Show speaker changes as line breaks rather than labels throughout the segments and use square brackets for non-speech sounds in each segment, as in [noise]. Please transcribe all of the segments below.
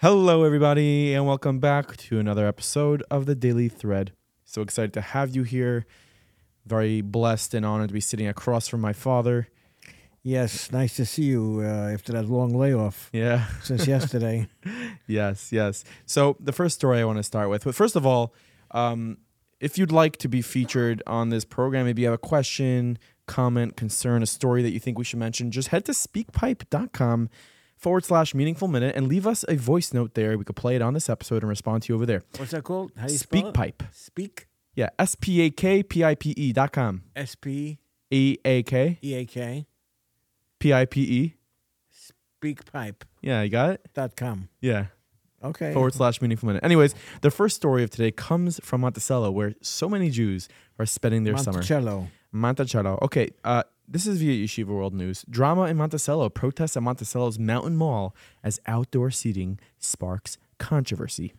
Hello, everybody, and welcome back to another episode of the Daily Thread. So excited to have you here. Very blessed and honored to be sitting across from my father.
Yes, nice to see you uh, after that long layoff
Yeah. [laughs]
[laughs] since yesterday.
Yes, yes. So the first story I want to start with, but first of all, um, if you'd like to be featured on this program, if you have a question, comment, concern, a story that you think we should mention, just head to speakpipe.com forward slash meaningful minute and leave us a voice note there. We could play it on this episode and respond to you over there.
What's that called? How do you spell
Speak
it?
pipe.
Speak.
Yeah, S P A K P I P E dot com.
S P
E A K
E A K.
P I P E.
Speakpipe.com.
Yeah, you got it? Yeah.
Okay.
Forward slash meaningful minute. Anyways, the first story of today comes from Monticello, where so many Jews are spending their summer.
Monticello.
Monticello. Okay, uh, this is via Yeshiva World News. Drama in Monticello. Protests at Monticello's Mountain Mall as outdoor seating sparks controversy.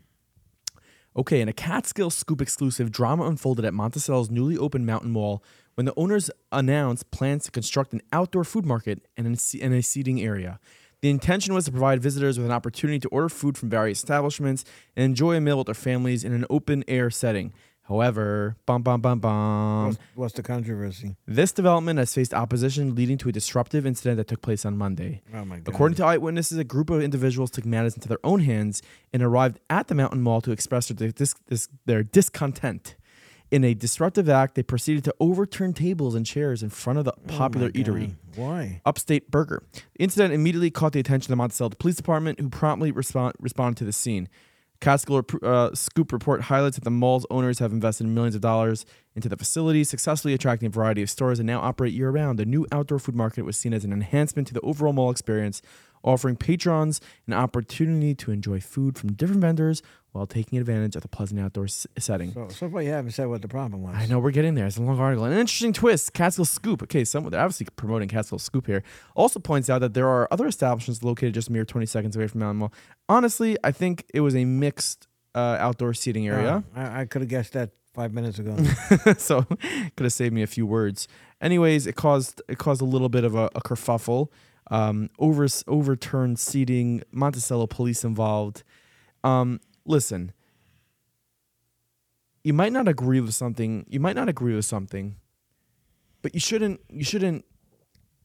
Okay, in a Catskill Scoop exclusive, drama unfolded at Monticello's newly opened Mountain Mall when the owners announced plans to construct an outdoor food market and an- and a seating area. The intention was to provide visitors with an opportunity to order food from various establishments and enjoy a meal with their families in an open air setting. However, bum bum bum bum.
What's, what's the controversy?
This development has faced opposition, leading to a disruptive incident that took place on Monday.
Oh my god.
According to eyewitnesses, a group of individuals took matters into their own hands and arrived at the mountain mall to express their, dis- dis- their discontent. In a disruptive act, they proceeded to overturn tables and chairs in front of the popular eatery.
Why?
Upstate Burger. The incident immediately caught the attention of the Monticello Police Department, who promptly respond, responded to the scene. Catskill rep- uh, Scoop report highlights that the mall's owners have invested millions of dollars into the facility, successfully attracting a variety of stores and now operate year round. The new outdoor food market was seen as an enhancement to the overall mall experience, offering patrons an opportunity to enjoy food from different vendors while taking advantage of the pleasant outdoor s- setting.
So, so far you haven't said what the problem was.
I know we're getting there. It's a long article. An interesting twist. Catskill Scoop. Okay, someone they're obviously promoting Catskill Scoop here. Also points out that there are other establishments located just a mere 20 seconds away from Mountain Mall. Honestly, I think it was a mixed uh, outdoor seating area,
Oh, I, I could have guessed that five minutes ago.
[laughs] so could have saved me a few words. Anyways, it caused it caused a little bit of a, a kerfuffle. Um, over overturned seating. Monticello police involved. Um, listen, you might not agree with something you might not agree with something but you shouldn't you shouldn't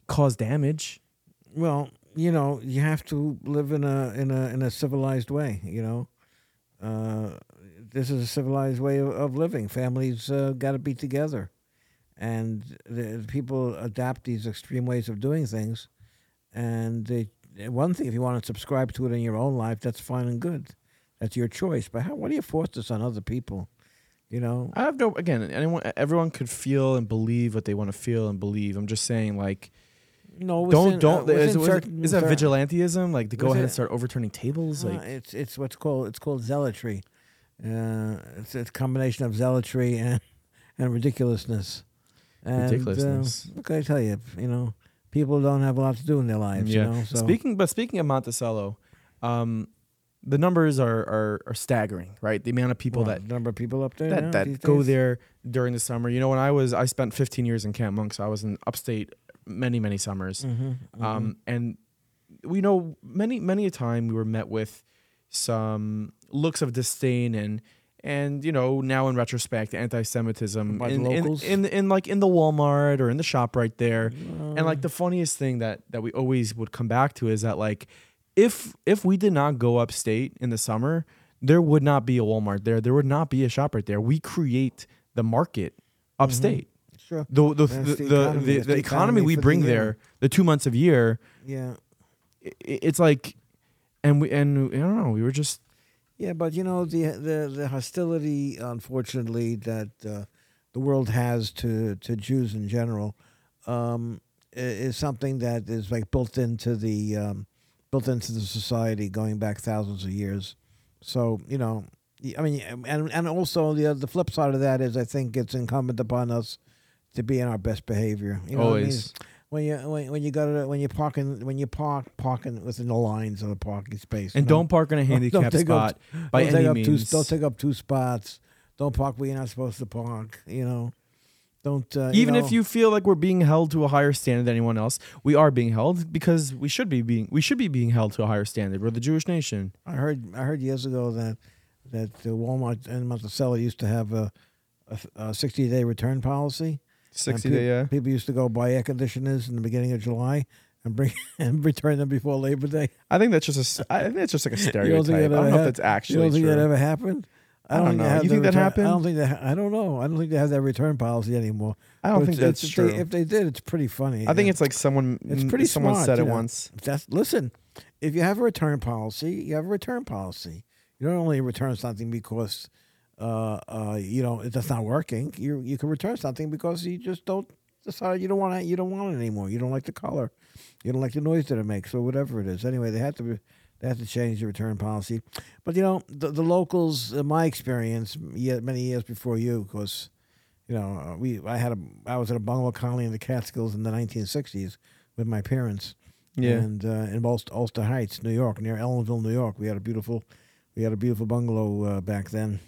cause damage
well, you know, you have to live in a in a in a civilized way. You know, uh, this is a civilized way of, of living. Families uh, got to be together, and the, the people adapt these extreme ways of doing things. And they, one thing, if you want to subscribe to it in your own life, that's fine and good. That's your choice. But how? Why do you force this on other people? You know,
i have no again anyone everyone could feel and believe what they want to feel and believe i'm just saying like
no.
don't
within-
don't
uh,
is,
within
is-
certain-
is that
certain-
vigilantism like to go
Within-
ahead and start overturning tables
Uh,
like
it's it's what's called it's called zealotry. Uh, it's a combination of zealotry and [laughs] and ridiculousness. And, uh,
Ridiculousness.
what can I tell you? You know, people don't have a lot to do in their lives. You know, so
Speaking, but speaking of Monticello, um, the numbers are, are are staggering, right? The amount of people
well,
that
number of people up there now
that,
these
that go
days?
there during the summer. You know, when I was, I spent 15 years in Camp Monk, so I was in upstate many, many summers.
Mhm,
Um, and we know many, many a time we were met with some looks of disdain and, and you know, now in retrospect, anti-Semitism
By the
in, in,
locals?
in in like in the Walmart or in the shop right there.
mhm.
And like the funniest thing that that we always would come back to is that like if if we did not go upstate in the summer, there would not be a Walmart there. There would not be a shop right there. We create the market upstate.
sure,
The, the,
That's
the,
Mm-hmm. the
the,
economy.
the,
That's the
the economy
economy
we
for the
bring
year.
there, the two months of year,
yeah,
i i- it's like, and we, and I don't know, we were just,
yeah. But you know, the the the hostility, unfortunately, that uh, the world has to to Jews in general, um, i- is something that is like built into the um, built into the society going back thousands of years. So you know, y- I mean, and and also the the flip side of that is I think it's incumbent upon us to be in our best behavior. You know what I mean?
Always.
When you when, when you go to when you parking when you park parking within the lines of a parking
and
space you know?
[laughs] don't uh, park in a handicapped
take up-
spot by
don't
any
take up
means.
Two, don't take up two spots. Don't park where you're not supposed to park. You know, Don't uh,
Even
know,
if you feel like we're being held to a higher standard than anyone else, we are being held because we should be being we should be being held to a higher standard. We're the Jewish nation.
I heard I heard years ago that that the Walmart and Monticello used to have a a sixty day return policy. And
Sixty
peop-
day, yeah.
People used to go buy air conditioners in the beginning of July and bring [laughs] and return them before Labor Day.
I think that's just a s- I think that's just [laughs] like a
You don't
stereotype.
think
I
that
don't know
ever
if
hap-
that's
You
actually
don't think that
true.
ever happened? I
don't
they
know.
have
You
the
think that
return-
happened?
I don't think that. I don't know. I don't think they have that return policy anymore.
I don't
But
think
it's-
that's
if
true.
They, if they did, it's pretty funny.
I think
Yeah.
it's like someone mm,
It's pretty
someone
smart,
said
you
it
know.
once.
That's listen. If you have a return policy, you have a return policy. You don't only return something because uh, uh, you know it- that's not working. You you can return something because you just don't decide you don't want it. You don't want it anymore. You don't like the color. You don't like the noise that it makes, or whatever it is. Anyway, they had to they had to change the return policy. But you know the the locals, in my experience, yeah, many years before you, because you know, uh, we I had a I was at a bungalow colony in the Catskills in the 1960s with my parents.
Yeah.
And uh, in Ulster, Ulster Heights, New York, near Ellenville, New York, we had a beautiful, we had a beautiful bungalow uh, back then.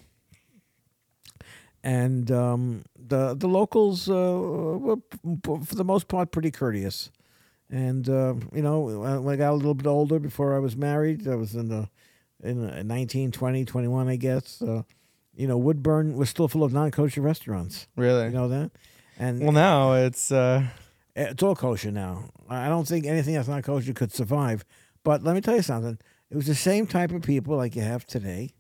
And um, the the locals uh, were p- p- for the most part pretty courteous. And uh, you know, when when I got a little bit older, before I was married, I was in the in uh, the 19, 20, 21, I guess. Uh, you know, Woodburn was still full of non-kosher restaurants.
Really?
You know that? And
Well, now it's uh,
it's all kosher now. I I don't think anything that's not kosher could survive. But let me tell you something. It was the same type of people like you have today.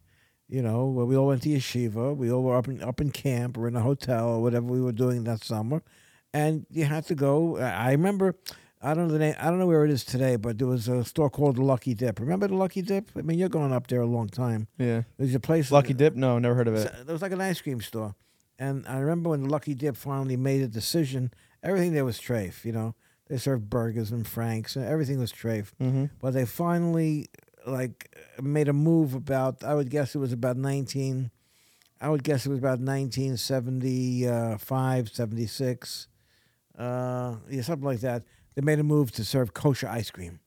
You know, where we all went to yeshiva, we all were up in up in camp or in a hotel or whatever we were doing that summer, and you had to go. I I remember, I don't know the name, I don't know where it is today, but there was a store called the Lucky Dip. Remember the Lucky Dip? I mean, you're going up there a long time.
yeah.
There's a place
Lucky Dip? No, never heard of
so
it.
There was like an ice cream store, and I remember when Lucky Dip finally made a decision. Everything there was trafe, you know. They served burgers and franks, and everything was trafe.
Mhm.
But they finally like made a move about. I would guess it was about nineteen. I would guess it was about 1975, 76, uh, yeah, something like that. They made a move to serve kosher ice cream.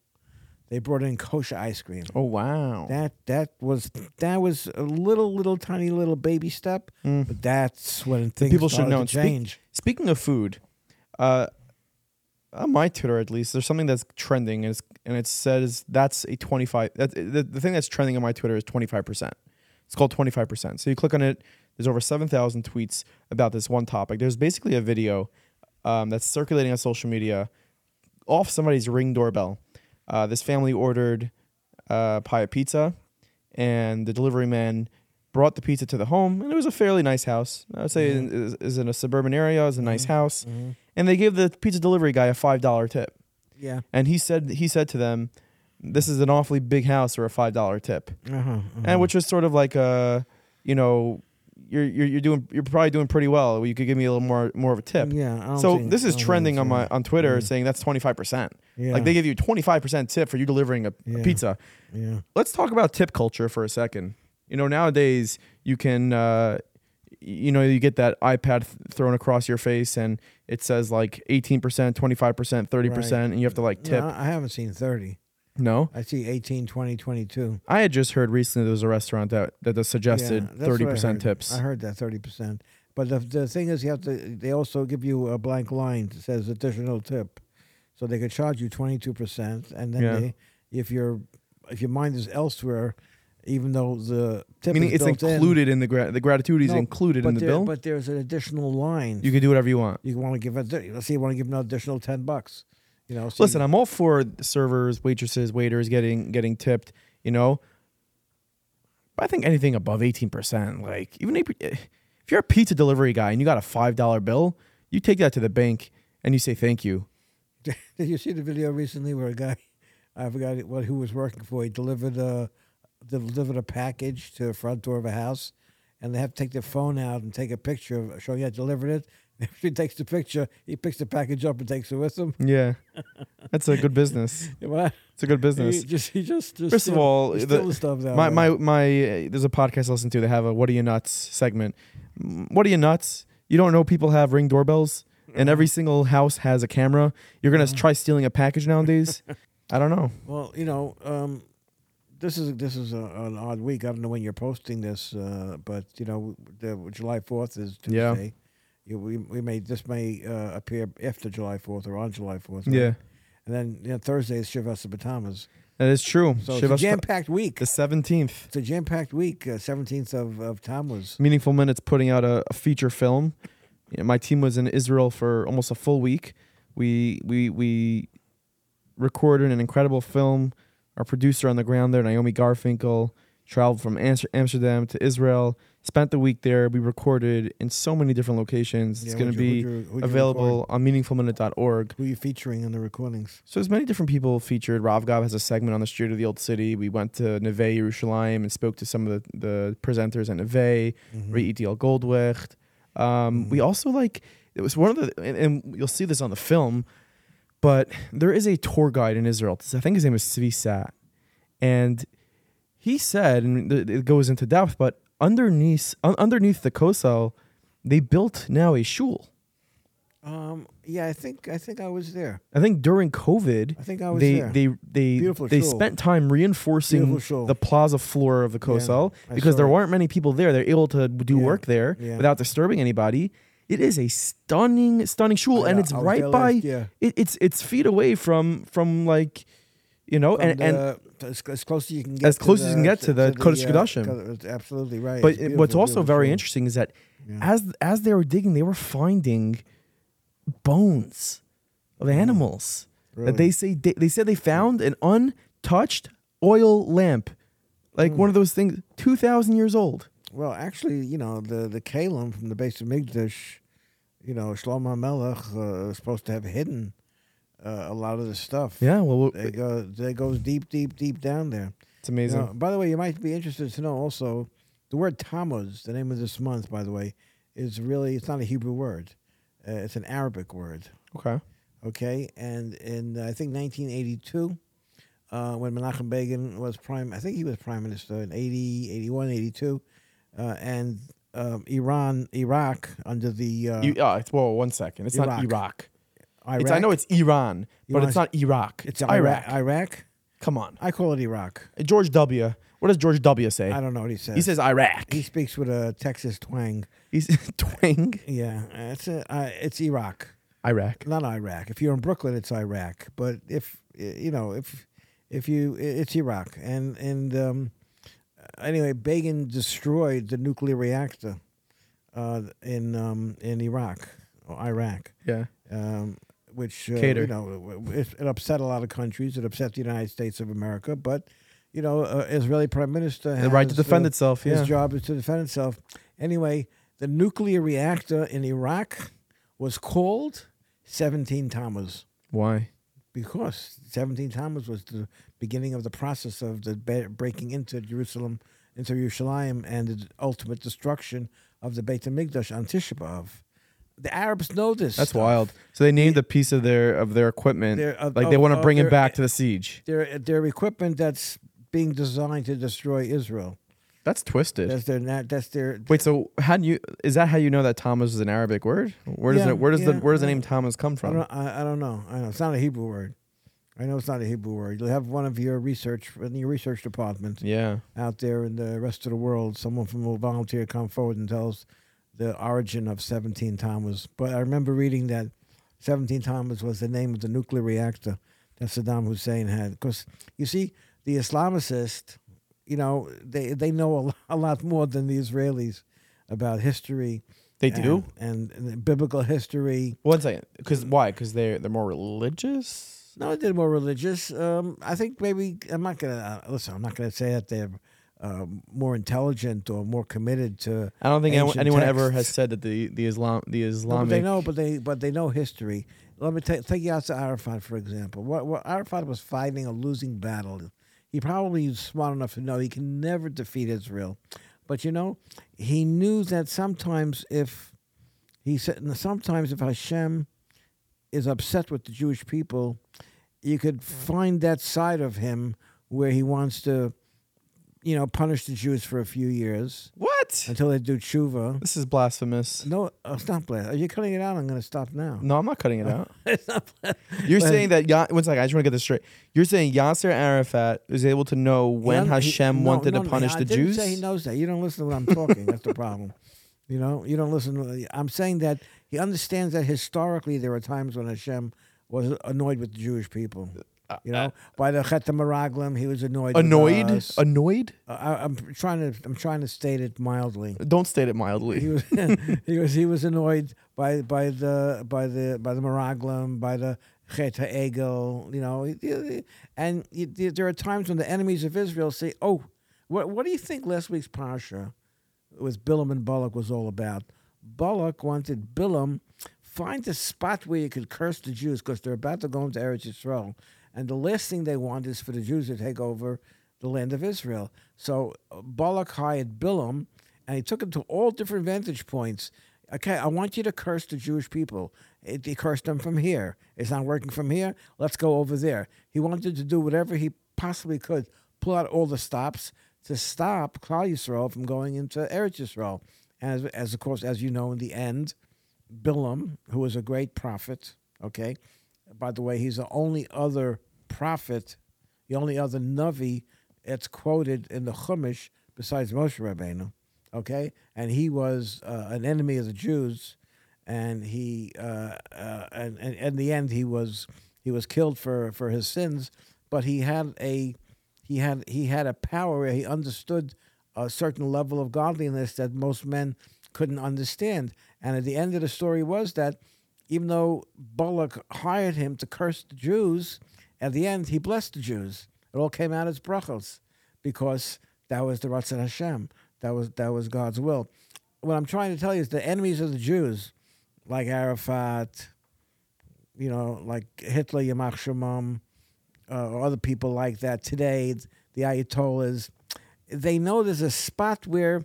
They brought in kosher ice cream.
Oh wow.
That that was that was a little little tiny little baby step, but that's when
Hmm.
things
People should
started
know.
to change.
Speak, speaking of food, uh, on my Twitter at least, there's something that's trending, and it's and it says that's a 25. That the, the thing that's trending on my Twitter is 25 percent. It's called 25 percent. So you click on it. There's over 7,000 tweets about this one topic. There's basically a video um, that's circulating on social media off somebody's ring doorbell. Uh, this family ordered uh, pie pizza, and the delivery man brought the pizza to the home, and it was a fairly nice house. I would say
Mm-hmm.
it is, is in a suburban area, is a nice house, and they gave the pizza delivery guy a five dollar tip,
Yeah.
and he said he said to them, "This is an awfully big house for a five dollar tip,"
Uh-huh,
and which was sort of like a, you know. You're, you're, you're doing you're probably doing pretty well. You could give me a little more more of a tip.
Yeah. I don't
So
think-
this
I
is
don't think
trending
it's
on my
right.
on Twitter saying that's twenty five percent.
Yeah.
Like they give you twenty five percent tip for you delivering a
Yeah.
pizza.
Yeah.
Let's talk about tip culture for a second. You know nowadays you can uh, you know you get that iPad th- thrown across your face and it says like eighteen percent, twenty five percent, thirty percent, and you have to like tip.
No, I haven't seen 30.
No.
I see 18, 20, 22.
I had just heard recently there was a restaurant that that just suggested
Yeah, that's what I
thirty percent
heard.
tips.
I heard that 30%. But the, the thing is, you have to. They also give you a blank line that says additional tip, so they could charge you 22%, and then
Yeah.
they, if your if your mind is elsewhere, even though the tip
Meaning
is
it's
built in-
included in, the gra- the gratitude is
No,
included in the
but there-
bill.
But there's an additional line.
you
You,
can do whatever you want.
want to give a, let's say you want to give an additional ten bucks. You know, so
Listen, I'm all for servers, waitresses, waiters getting getting tipped, you know. But I think anything above 18%, like even if eh, if you're a pizza delivery guy and you got a $5 bill, you take that to the bank and you say thank you.
you, [laughs] did you see the video recently where a guy, I forgot what who was working for, he delivered a delivered a package to the front door of a house, and they have to take their phone out and take a picture of showing I delivered it. [laughs] She takes the picture. He picks the package up and takes it with him. [laughs]
Yeah. That's a good business.
What?
It's a good
He
business.
just, he just, just
First of
steal-
all,
he
the-
steal the stuff that
my
way.
my my uh, there's a podcast I listen to. They have a "What are you nuts?" segment. Mm, What are you nuts? You don't know people have ring doorbells, and every single house has a camera. You're gonna try stealing a package [laughs] nowadays. I don't know.
Well, you know, um, this is this is a, an odd week. I don't know when you're posting this, uh, but you know, the, July Fourth is
Yeah.
Tuesday. You, we we may this may uh, appear after July Fourth or on July Fourth.
Yeah.
And then you know, Thursday is Shiv Batamas.
That is true.
So
Shiva
it's a jam packed week.
the 17th.
It's a jam packed week. uh, Seventeenth of of Tammuz.
Meaningful Minutes putting out a, a feature film. You know, my team was in Israel for almost a full week. We we we recorded an incredible film. Our producer on the ground there, Naomi Garfinkel, traveled from Amster- Amsterdam to Israel. Spent the week there. We recorded in so many different locations. It's
Yeah,
going to
who'd
be
you- who'd you- who'd you
available on meaningfulminute.org.
Who are you featuring on the recordings?
So there's many different people featured. Rav Gav has a segment on the street of the old city. We went to Neve Yerushalayim and spoke to some of the, the presenters at Neve, mm Goldwicht. Um, We also like it was one of the and, and you'll see this on the film, but there is a tour guide in Israel. I think his name is Svi Sat, and he said, and th- it goes into depth, but underneath un- underneath the Kosel, they built now a shul.
Um, yeah, I think I think I was there.
I think during COVID,
I think I was
they,
there.
they they
Beautiful
they
shul.
spent time reinforcing
Beautiful shul.
the plaza floor of the Kosel
I
because
saw
there
it.
weren't many people there. They're able to do
Yeah,
work there
yeah.
without disturbing anybody. It is a stunning, stunning shul, and
Yeah,
it's
I was
right
there
by.
last year.
It, it's it's feet away from from like, you know,
From
Oh, and, and
the- as, as close as you can get
as
to
close as you
the-
can get to the Kodesh
uh,
Kodashim.
Kod- it's absolutely right.
but
It's
it- what's
beautiful,
also
beautiful.
very interesting is that
Yeah.
as as they were digging, they were finding bones of animals that
Really?
they say they, they said they found an untouched oil lamp, like one of those things, two thousand years old.
Well, actually, you know the the Kalim from the base of Migdash, you know Shlomo Melech uh, is supposed to have hidden uh, a lot of this stuff.
Yeah, well,
they go they goes deep, deep, deep down there.
it's amazing.
Now, by the way, you might be interested to know also the word Tammuz, the name of this month, by the way, is really it's not a Hebrew word, uh, it's an Arabic word.
Okay,
Okay, and in I think 1982, uh, when Menachem Begin was prime, I think he was prime minister in 80, 81, 82, uh, and um, Iran, Iraq under the uh,
you, uh, it's, whoa, one second, it's not
Iraq.
Iraq.
Iraq.
It's, I know it's Iran, but
Iran-
it's not Iraq. It's Iraq.
Iraq.
Come on,
I call it Iraq.
George W. What does George W. say?
I don't know what he says.
He says Iraq.
he speaks with a Texas twang.
He's [laughs] twang
Yeah, it's a, uh, it's Iraq,
Iraq.
not Iraq. If you're in Brooklyn, it's Iraq. But if you know if if you it's Iraq, and and um, anyway, Begin destroyed the nuclear reactor uh, in um, in Iraq or Iraq,
Yeah.
um, which uh,
Cater.
you know it, it upset a lot of countries. It upset the United States of America, but. You know, uh, Israeli Prime Minister
The right to
has,
defend
uh,
itself, yeah.
his job is to defend itself. Anyway, the nuclear reactor in Iraq was called 17 Tammuz
Why?
because 17 Tammuz was the beginning of the process of the ba- breaking into Jerusalem, into Yerushalayim, and the ultimate destruction of the Beit Hamikdash on Tisha B'av. The Arabs know this.
That's
stuff.
wild. So they named a piece of their of their equipment
Their- of-
like they
of-
want to
of
bring it
their- e-,
back to the siege.
Their, their equipment that's being designed to destroy Israel.
That's twisted.
That's their. na- That's their.
Wait, so how do you is that how you know that Thomas is an Arabic word? Where does
Yeah,
it where does the
yeah,
where does the
I-
name Thomas come
I
from?
don't, I, I don't know. I know it's not a Hebrew word. I know it's not a Hebrew word. You'll have one of your research in your research department
Yeah.
out there in the rest of the world. Someone from will volunteer come forward and tell us the origin of Seventeen Thomas. But I remember reading that Seventeen Thomas was the name of the nuclear reactor that Saddam Hussein had. Because you see, the Islamicists, you know, they they know a, lo- a lot more than the Israelis about history.
They
and-
do?
and, and biblical history.
One second. Cuz why? Cuz they they're more religious?
No, they're more religious. Um, I think maybe I'm not gonna uh, listen. I'm not gonna say that they're uh, more intelligent or more committed to.
I don't think anyone,
ancient
anyone ever has
texts.
said that the the Islam the
No, but
Islamic
they know, but they but they know history. Let me take take you out to Arafat for example. What, what Arafat was fighting a losing battle. He probably is smart enough to know he can never defeat Israel, but you know, he knew that sometimes if he said sometimes if Hashem is upset with the Jewish people, you could find that side of him where he wants to, you know, punish the Jews for a few years
What?
until they do tshuva.
This is blasphemous.
No, uh, stop, Blair. Are you cutting it out? I'm going to stop [laughs] now.
No, I'm not cutting it out. You're saying that Ya- one second, I just want to get this straight. You're saying Yasser Arafat was able to know when
He-
Hashem
no,
wanted
no,
to
no,
punish
I
the
didn't
Jews?
[laughs] Say he knows that. You don't listen to what I'm talking. That's the problem. You know, you don't listen. To, I'm saying that He understands that historically there are times when Hashem was annoyed with the Jewish people. You know, by the Chet Meraglim, he was annoyed. with
Uh, Annoyed?
us.
Annoyed?
I, I'm trying to I'm trying to state it mildly.
Don't state it mildly.
He was [laughs] he was he was annoyed by by the by the by the Meraglim, by the Chet Egel, you know, He- he- and you- there are times when the enemies of Israel say, "Oh, what what do you think last week's parsha with Bilam and Balak was all about?" Balak wanted Bilam find a spot where you could curse the Jews because they're about to go into Eretz Yisrael, and the last thing they want is for the Jews to take over the land of Israel. So uh, Balak hired Bilam, and he took him to all different vantage points. Okay, I want you to curse the Jewish people. It, he cursed them from here. It's not working from here. Let's go over there. He wanted to do whatever he possibly could, pull out all the stops to stop Klal Yisrael from going into Eretz Yisrael. As, as of course, as you know, in the end, Bilam, who was a great prophet, okay? By the way, he's the only other prophet, the only other Navi that's quoted in the Chumash besides Moshe Rabbeinu, okay? And he was uh, an enemy of the Jews, and he, uh, uh, and, and in the end, he was he was killed for, for his sins, but he had a he had he had a power where he understood a certain level of godliness that most men couldn't understand. And at the end of the story was that even though Balak hired him to curse the Jews, at the end he blessed the Jews. It all came out as brachos because that was the Ratzon Hashem. That was that was God's will. What I'm trying to tell you is the enemies of the Jews, like Arafat, you know, like Hitler, Yamach Shamam, uh, or other people like that today, the Ayatollahs, they know there's a spot where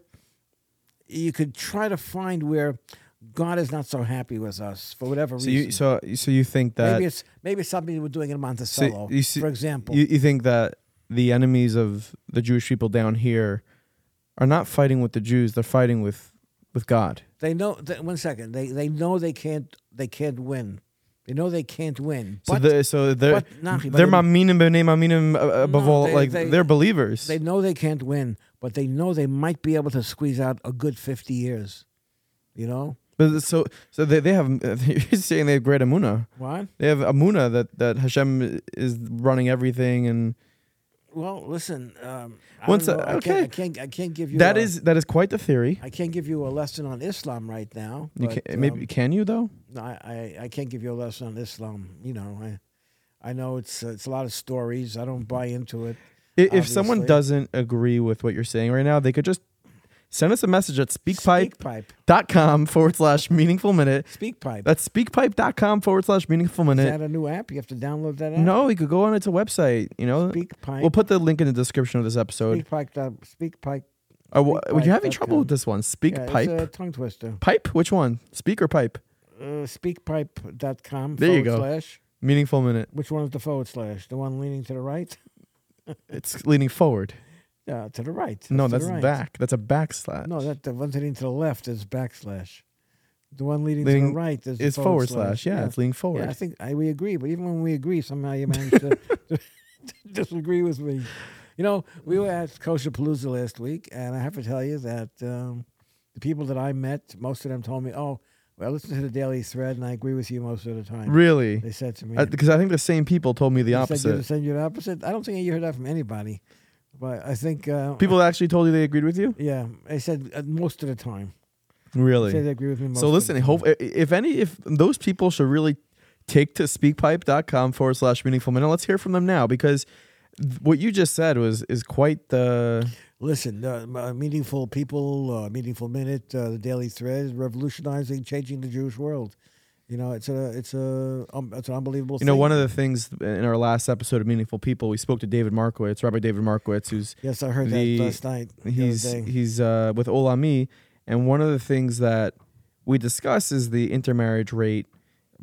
you could try to find where God is not so happy with us for whatever
So
reason.
you so so you think that
maybe it's maybe it's something we're doing in Monticello,
you see-
for example.
you, you think that the enemies of the Jewish people down here are not fighting with the Jews; they're fighting with with God.
they know. Th- one second, they they know they can't they can't win. They know they can't win.
So
But
they so they're
but, Nachi, but
they're
they-
maminim b'nei maminim uh, above
No,
all.
they-
like
they-
they, are believers.
they know they can't win, but they know they might be able to squeeze out a good fifty years. You know
but so so they, they have [laughs] you're saying they have great amuna.
what?
They have amuna that that Hashem is running everything, and
Well, listen. Um, I
Once
don't
a-
know, I
okay.
can't, I can't. I can't give you
that
a-
is that is quite the theory.
I can't give you a lesson on Islam right now.
You
but,
can, maybe
um,
can you though?
no, I, I I can't give you a lesson on Islam. You know, I I know it's uh, it's a lot of stories. I don't buy into it.
I- If someone
obviously.
doesn't agree with what you're saying right now, they could just send us a message at
Speak
speakpipe
pipe.
dot com forward slash meaningful minute.
Speak pipe.
That's speakpipe.com forward slash meaningful
Is
minute.
that a new app? You have to download that app.
No, you could go on its website. You know,
Speak pipe.
we'll put the link in the description of this episode.
speak pipe. dot- Speak pipe.
Uh, wha-
speakpipe
you're having
dot
trouble
com.
with this one. Speak
Yeah,
pipe.
It's a tongue twister.
pipe? Which one? Speak or pipe?
Uh, speakpipe.com.
There you
forward
go.
Slash.
Meaningful minute.
Which one is the forward slash? The one leaning to the right?
It's leaning forward.
Yeah, to the right.
no,
to the
that's
right.
back. That's a backslash.
No, that the one leading to the left is backslash. The one leading to
Leading
the right is the
it's forward slash. Yeah, it's leaning
Yeah,
forward.
I think I, we agree, but even when we agree, somehow you manage to, [laughs] to disagree with me. You know, we were at Kosher Palooza last week, and I have to tell you that um, the people that I met, most of them told me, "Oh, well, I listened to the Daily Thread, and I agree with you most of the time."
Really? Uh,
They said to me,
Because I think the same people told me the
They said you're the
opposite.
same, you're the opposite. I don't think you heard that from anybody, but I think uh,
People actually told you they agreed with you?
Yeah, they said uh, most of the time. They
Really?
said they agree with me. Most
So
of
listen,
the time.
hope i- if any if those people should really take to speakpipe.com forward slash meaningful minute. Let's hear from them now because th- what you just said was is quite the
Listen, uh, m- uh, meaningful people, uh, meaningful minute, uh, the Daily Thread, is revolutionizing, changing the Jewish world. You know, it's a, it's a, um, it's an unbelievable.
you know one of the things in our last episode of Meaningful People we spoke to David Markowitz, Rabbi David Markowitz, who's
yes, I heard
the-
that last night. the other
he's
day.
he's uh, with Olami, and one of the things that we discuss is the intermarriage rate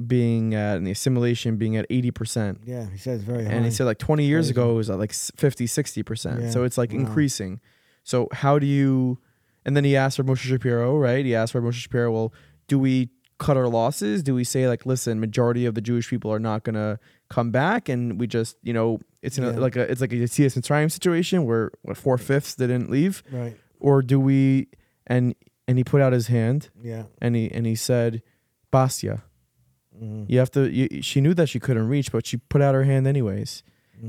being at and the assimilation being at eighty percent.
yeah, he says very high.
and he said like 20 years
Crazy.
ago it was at like s- 50 60 percent
Yeah.
so it's like
Wow.
increasing so how do you and then he asked for Moshe Shapiro right he asked for Moshe Shapiro well do we cut our losses do we say like listen majority of the Jewish people are not gonna come back and we just you know it's in a,
Yeah.
like a it's like a Yitzias Mitzrayim situation where what, four fifths didn't leave
right,
or do we and and he put out his hand
yeah,
and he and he said Basia.
mm-hmm.
You have to. You, she knew that she couldn't reach, but she put out her hand anyways.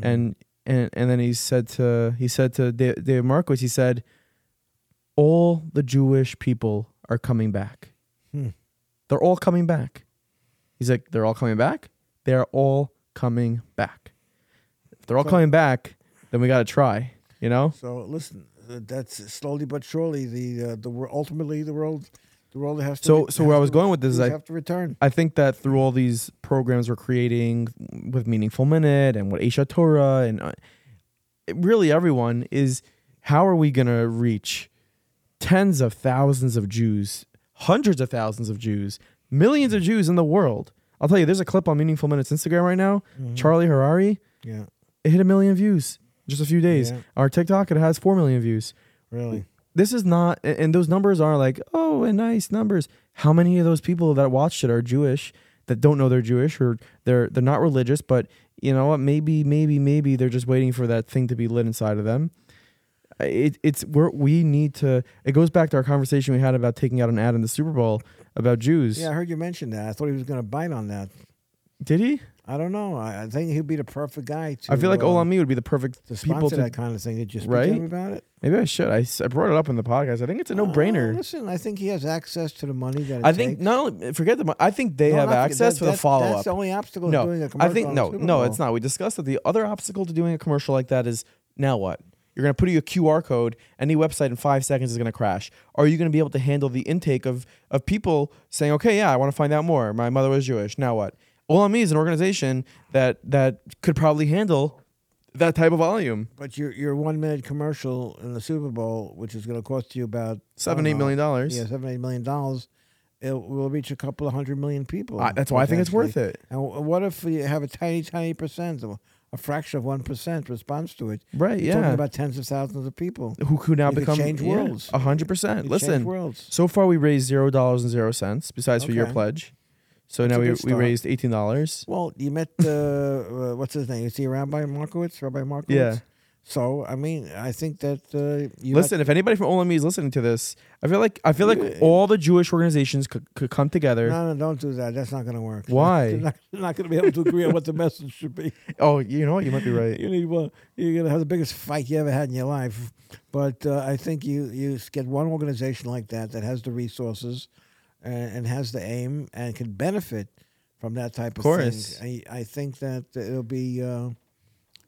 And and and then he said to he said to De, De Marquis, he said, "All the Jewish people are coming back.
Hmm.
They're all coming back." He's like, "They're all coming back. They're all coming back. If they're all
So-
coming back, then we got to try." You know.
So listen, uh, that's slowly but surely the uh, the wor- ultimately the world the world has to.
So-
re-
so where
has
I was
to-
going with this is
has
I-
have to return.
I think that through all these programs we're creating with Meaningful Minute and what Aisha Torah and uh, really everyone is how are we going to reach tens of thousands of Jews, hundreds of thousands of Jews, millions of Jews in the world? I'll tell you, there's a clip on Meaningful Minute's Instagram right now. Charlie Harari,
Yeah,
it hit a million views in just a few days.
Yeah.
Our TikTok, it has 4 million views
really.
this is not and- and those numbers are like oh and nice numbers how many of those people that watched it are jewish that don't know they're jewish or they're they're not religious but you know what maybe maybe maybe they're just waiting for that thing to be lit inside of them it, it's we're, we need to it goes back to our conversation we had about taking out an ad in the super bowl about jews
Yeah, I heard you mention that. I thought he was going to bite on that.
did he
I don't know. I, I think he'd be the perfect guy to.
i feel like
uh,
olami would be the perfect
to
people
sponsor
to
that kind of thing. Did you speak
Right?
to him about it?
maybe i should I, s- I brought it up in the podcast i think it's a
Uh,
no-brainer
listen, I think he has access to the money that. It
i think
takes.
not only forget the mo- i think they
No,
have
not forget-
access
that-
for the
that's-
follow-up
That's the only obstacle to doing
No,
a
I
commercial.
think
on
no,
the Super
no,
Bowl.
it's not. We discussed that the other obstacle to doing a commercial like that is now what? You're gonna put in a QR code. Any website in five seconds is gonna crash. Are you gonna be able to handle the intake of of people saying, okay, yeah, I want to find out more. My mother was Jewish. Now what? Olam is an organization that that could probably handle that type of volume.
But your your one minute commercial in the Super Bowl, which is going to cost you about I
Seven,
don't
eight
know,
million dollars.
yeah, seven eight million dollars, it will reach a couple of hundred million people.
I- that's why I think it's worth
potentially.
it.
And wh- what if you have a tiny, tiny percent, a- a fraction of one percent response to it?
Right?
You're talking
Yeah.
about tens of thousands of people.
Who could now
It could
become
change worlds.
A hundred percent.
It changed
Listen,
worlds.
So far, we raised zero dollars and zero cents, besides for your
Okay.
pledge. So
That's
now
a
we,
good
we
start.
raised eighteen dollars.
Well, you met uh, uh, what's his name? Is he Rabbi Markowitz? Rabbi Markowitz.
Yeah.
So I mean, I think that uh, you met-
Listen, if anybody from OLME is listening to this, I feel like I feel like
Yeah.
all the Jewish organizations could, could come together.
No, no, don't do that. That's not going to work. [laughs]
Why?
You're not, you're not going to be able to agree on what the [laughs] message should be.
Oh, you know, what? you might be right.
You need one. You're going to have the biggest fight you ever had in your life. But uh, I think you you get one organization like that that has the resources and, and has the aim and can benefit from that type of,
course.
thing. I, I think that it'll be. Uh,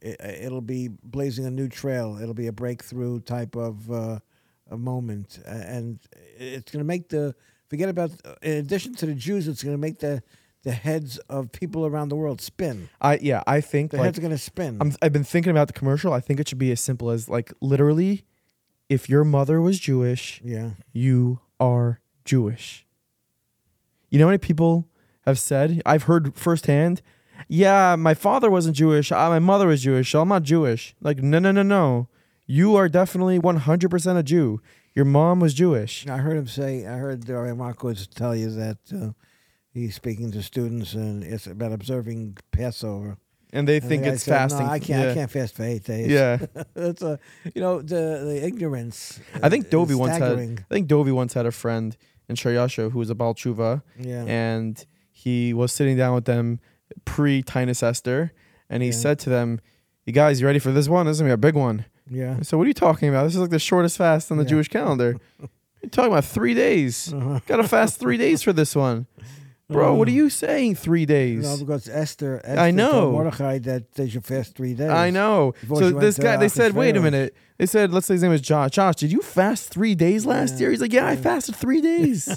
it, it'll be blazing a new trail. It'll be a breakthrough type of uh, a moment, A- and it's going to make the forget about. uh, In addition to the Jews, it's going to make the the heads of people around the world spin.
I yeah, I think
The
like
heads are going to spin.
I'm, I've been thinking about the commercial. I think it should be as simple as like literally, if your mother was Jewish,
yeah,
you are Jewish. You know how many people have said I've heard firsthand. Yeah, my father wasn't Jewish. Uh my mother was Jewish, so I'm not Jewish. Like no, no, no, no. You are definitely 100% a Jew. Your mom was Jewish.
I heard him say. I heard Dario Marcos tell you that uh, he's speaking to students, and it's about observing Passover.
and they
And the
think
guy
it's
said, "No,
fasting.
I can't.
Yeah.
I can't fast for eight days.
Yeah.
[laughs] that's a you know the the ignorance. uh,
I think
is
Dovey once had.
staggering.
I think Dovey once had a friend in Shayasha who was a Baal Tshuva,
Yeah.
and he was sitting down with them pre Tinus Esther, and he
Yeah.
said to them, "You guys, you ready for this one? This is gonna be a big one."
yeah.
So what are you talking about? This is like the shortest fast on the
Yeah. Uh-huh.
Jewish
[laughs]
calendar. You're talking about three days. Got to fast three days for this one, bro. What are you saying? Three days?
No, because Esther, Esther
know.
told Mordecai that they should fast three days.
I know.
Before
So
she went
this
to
guy, they
Athens
said, wait a
Pharaohs."
minute. They said, let's say his name is Josh. Josh, did you fast three days last
Yeah,
year? He's like, yeah, I
yeah.
fasted three
[laughs]
days.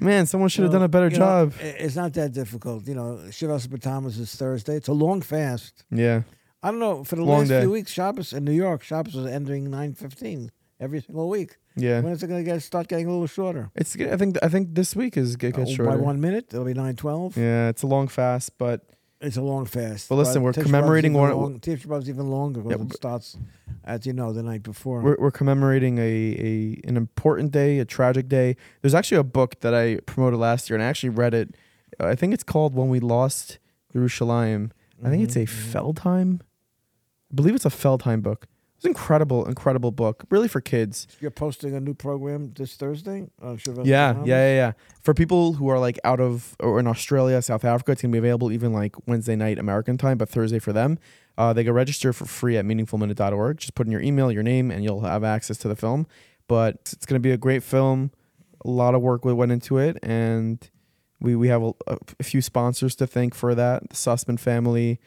Man, someone should have done a better
You know,
job.
i- it's not that difficult. You know, Shabbos and Thomas is Thursday. It's a long fast.
yeah.
I don't know. For the
Long
last
day.
few weeks, Shabbos in New York, Shabbos was ending nine fifteen every single week.
Yeah.
When is it going to get start getting a little shorter?
It's. I think. I think this week is get, get
Oh,
shorter.
By one minute, it'll be nine twelve.
Yeah, it's a long fast, but
It's a long fast.
But listen, we're
Tisha B'Av's
commemorating
even
one-
long- Tisha B'Av's even longer because
Yeah,
it
but-
starts, as you know, the night before.
we're, we're commemorating a, a an important day, a tragic day. There's actually a book that I promoted last year, and I actually read it. Uh, I think it's called "When We Lost Jerusalem." I think it's a Feldheim. I believe it's a Feldheim book. It's an incredible, incredible book, really for kids.
You're posting a new program this Thursday Uh, on Chevelle
Yeah, yeah,
Bahamas?
yeah, yeah. For people who are like out of or in Australia, South Africa, it's gonna be available even like Wednesday night American time, but Thursday for them. Uh, they can register for free at meaningfulminute.org. Just put in your email, your name, and you'll have access to the film. But it's gonna be a great film. A lot of work went into it, and we we have a, a few sponsors to thank for that: the Sussman family,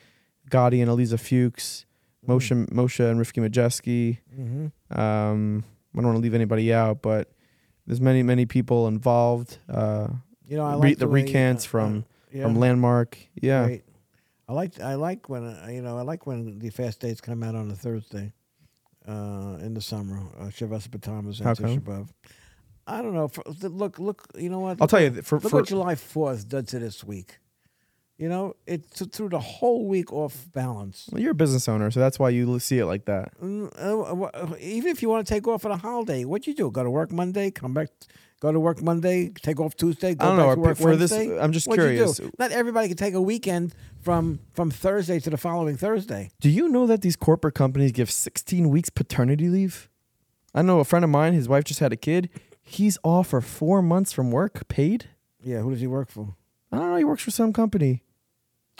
Gotti and Eliza Fuchs, Moshe Moshe and Rifki Majeski.
Mhm.
Um, I don't want to leave anybody out, but there's many many people involved. Uh,
You know, I
Re-
like
the
way,
recants
uh,
from-
uh, yeah,
From Landmark, yeah,
great. I like I like when uh, you know I like when the fast dates come out on a Thursday, uh, in the summer. Uh, Chevelle Bahamas and
How come?
Tisha B'av. I don't know. For, th- look, look. You know what?
I'll tell you
Look
th- for
what- look
for
what July Fourth did to this week. You know, it t- threw the whole week off balance.
well, you're a business owner, so that's why you l- see it like that.
Mm, uh, uh, even if you want to take off on a holiday, what you do? Go to work Monday, come back, go to work Monday, take off Tuesday, go
I don't know,
back
or
to work
for this-
Wednesday?
I'm just
What'd you do?
curious.
Not everybody can take a weekend from from Thursday to the following Thursday.
Do you know that these corporate companies give 16 weeks paternity leave? I know a friend of mine, his wife just had a kid. He's off for four months from work, paid.
Yeah, who does he work for?
I don't know. He works for some company.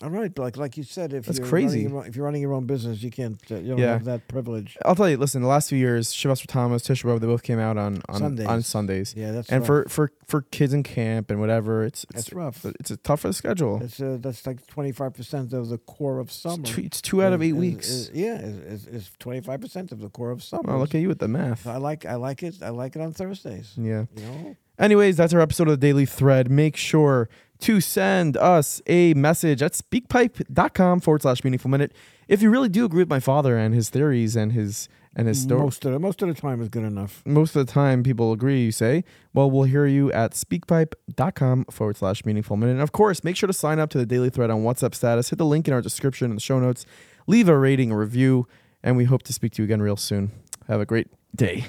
All right, like like you said, if
That's
you're
crazy.
running your own, if you're running your own business, you can't uh, you don't
Yeah.
have that privilege.
I'll tell you. Listen, the last few years, Sylvester Thomas, Tisha B'av, they both came out on on
Sundays.
on Sundays.
Yeah, that's
and
rough.
for, for for kids in camp and whatever, it's it's
that's rough.
it's a tougher schedule.
That's uh, that's like twenty five percent of the core of summer.
It's two, it's two out of
is-
eight
is-
weeks.
is- yeah, is is twenty five percent of the core of summer.
oh, look at you with the math.
I like I like it. I like it on Thursdays.
Yeah.
You know,
Anyways, that's our episode of the Daily Thread. Make sure to send us a message at speakpipe.com forward slash meaningful minute. If you really do agree with my father and his theories and his and his story, most,
most of the, most of the time is good enough.
of the time people agree, you say, well, we'll hear you at speakpipe.com forward slash meaningful minute. And of course, make sure to sign up to the Daily Thread on WhatsApp status. Hit the link in our description and the show notes. Leave a rating, a review, and we hope to speak to you again real soon. Have a great day.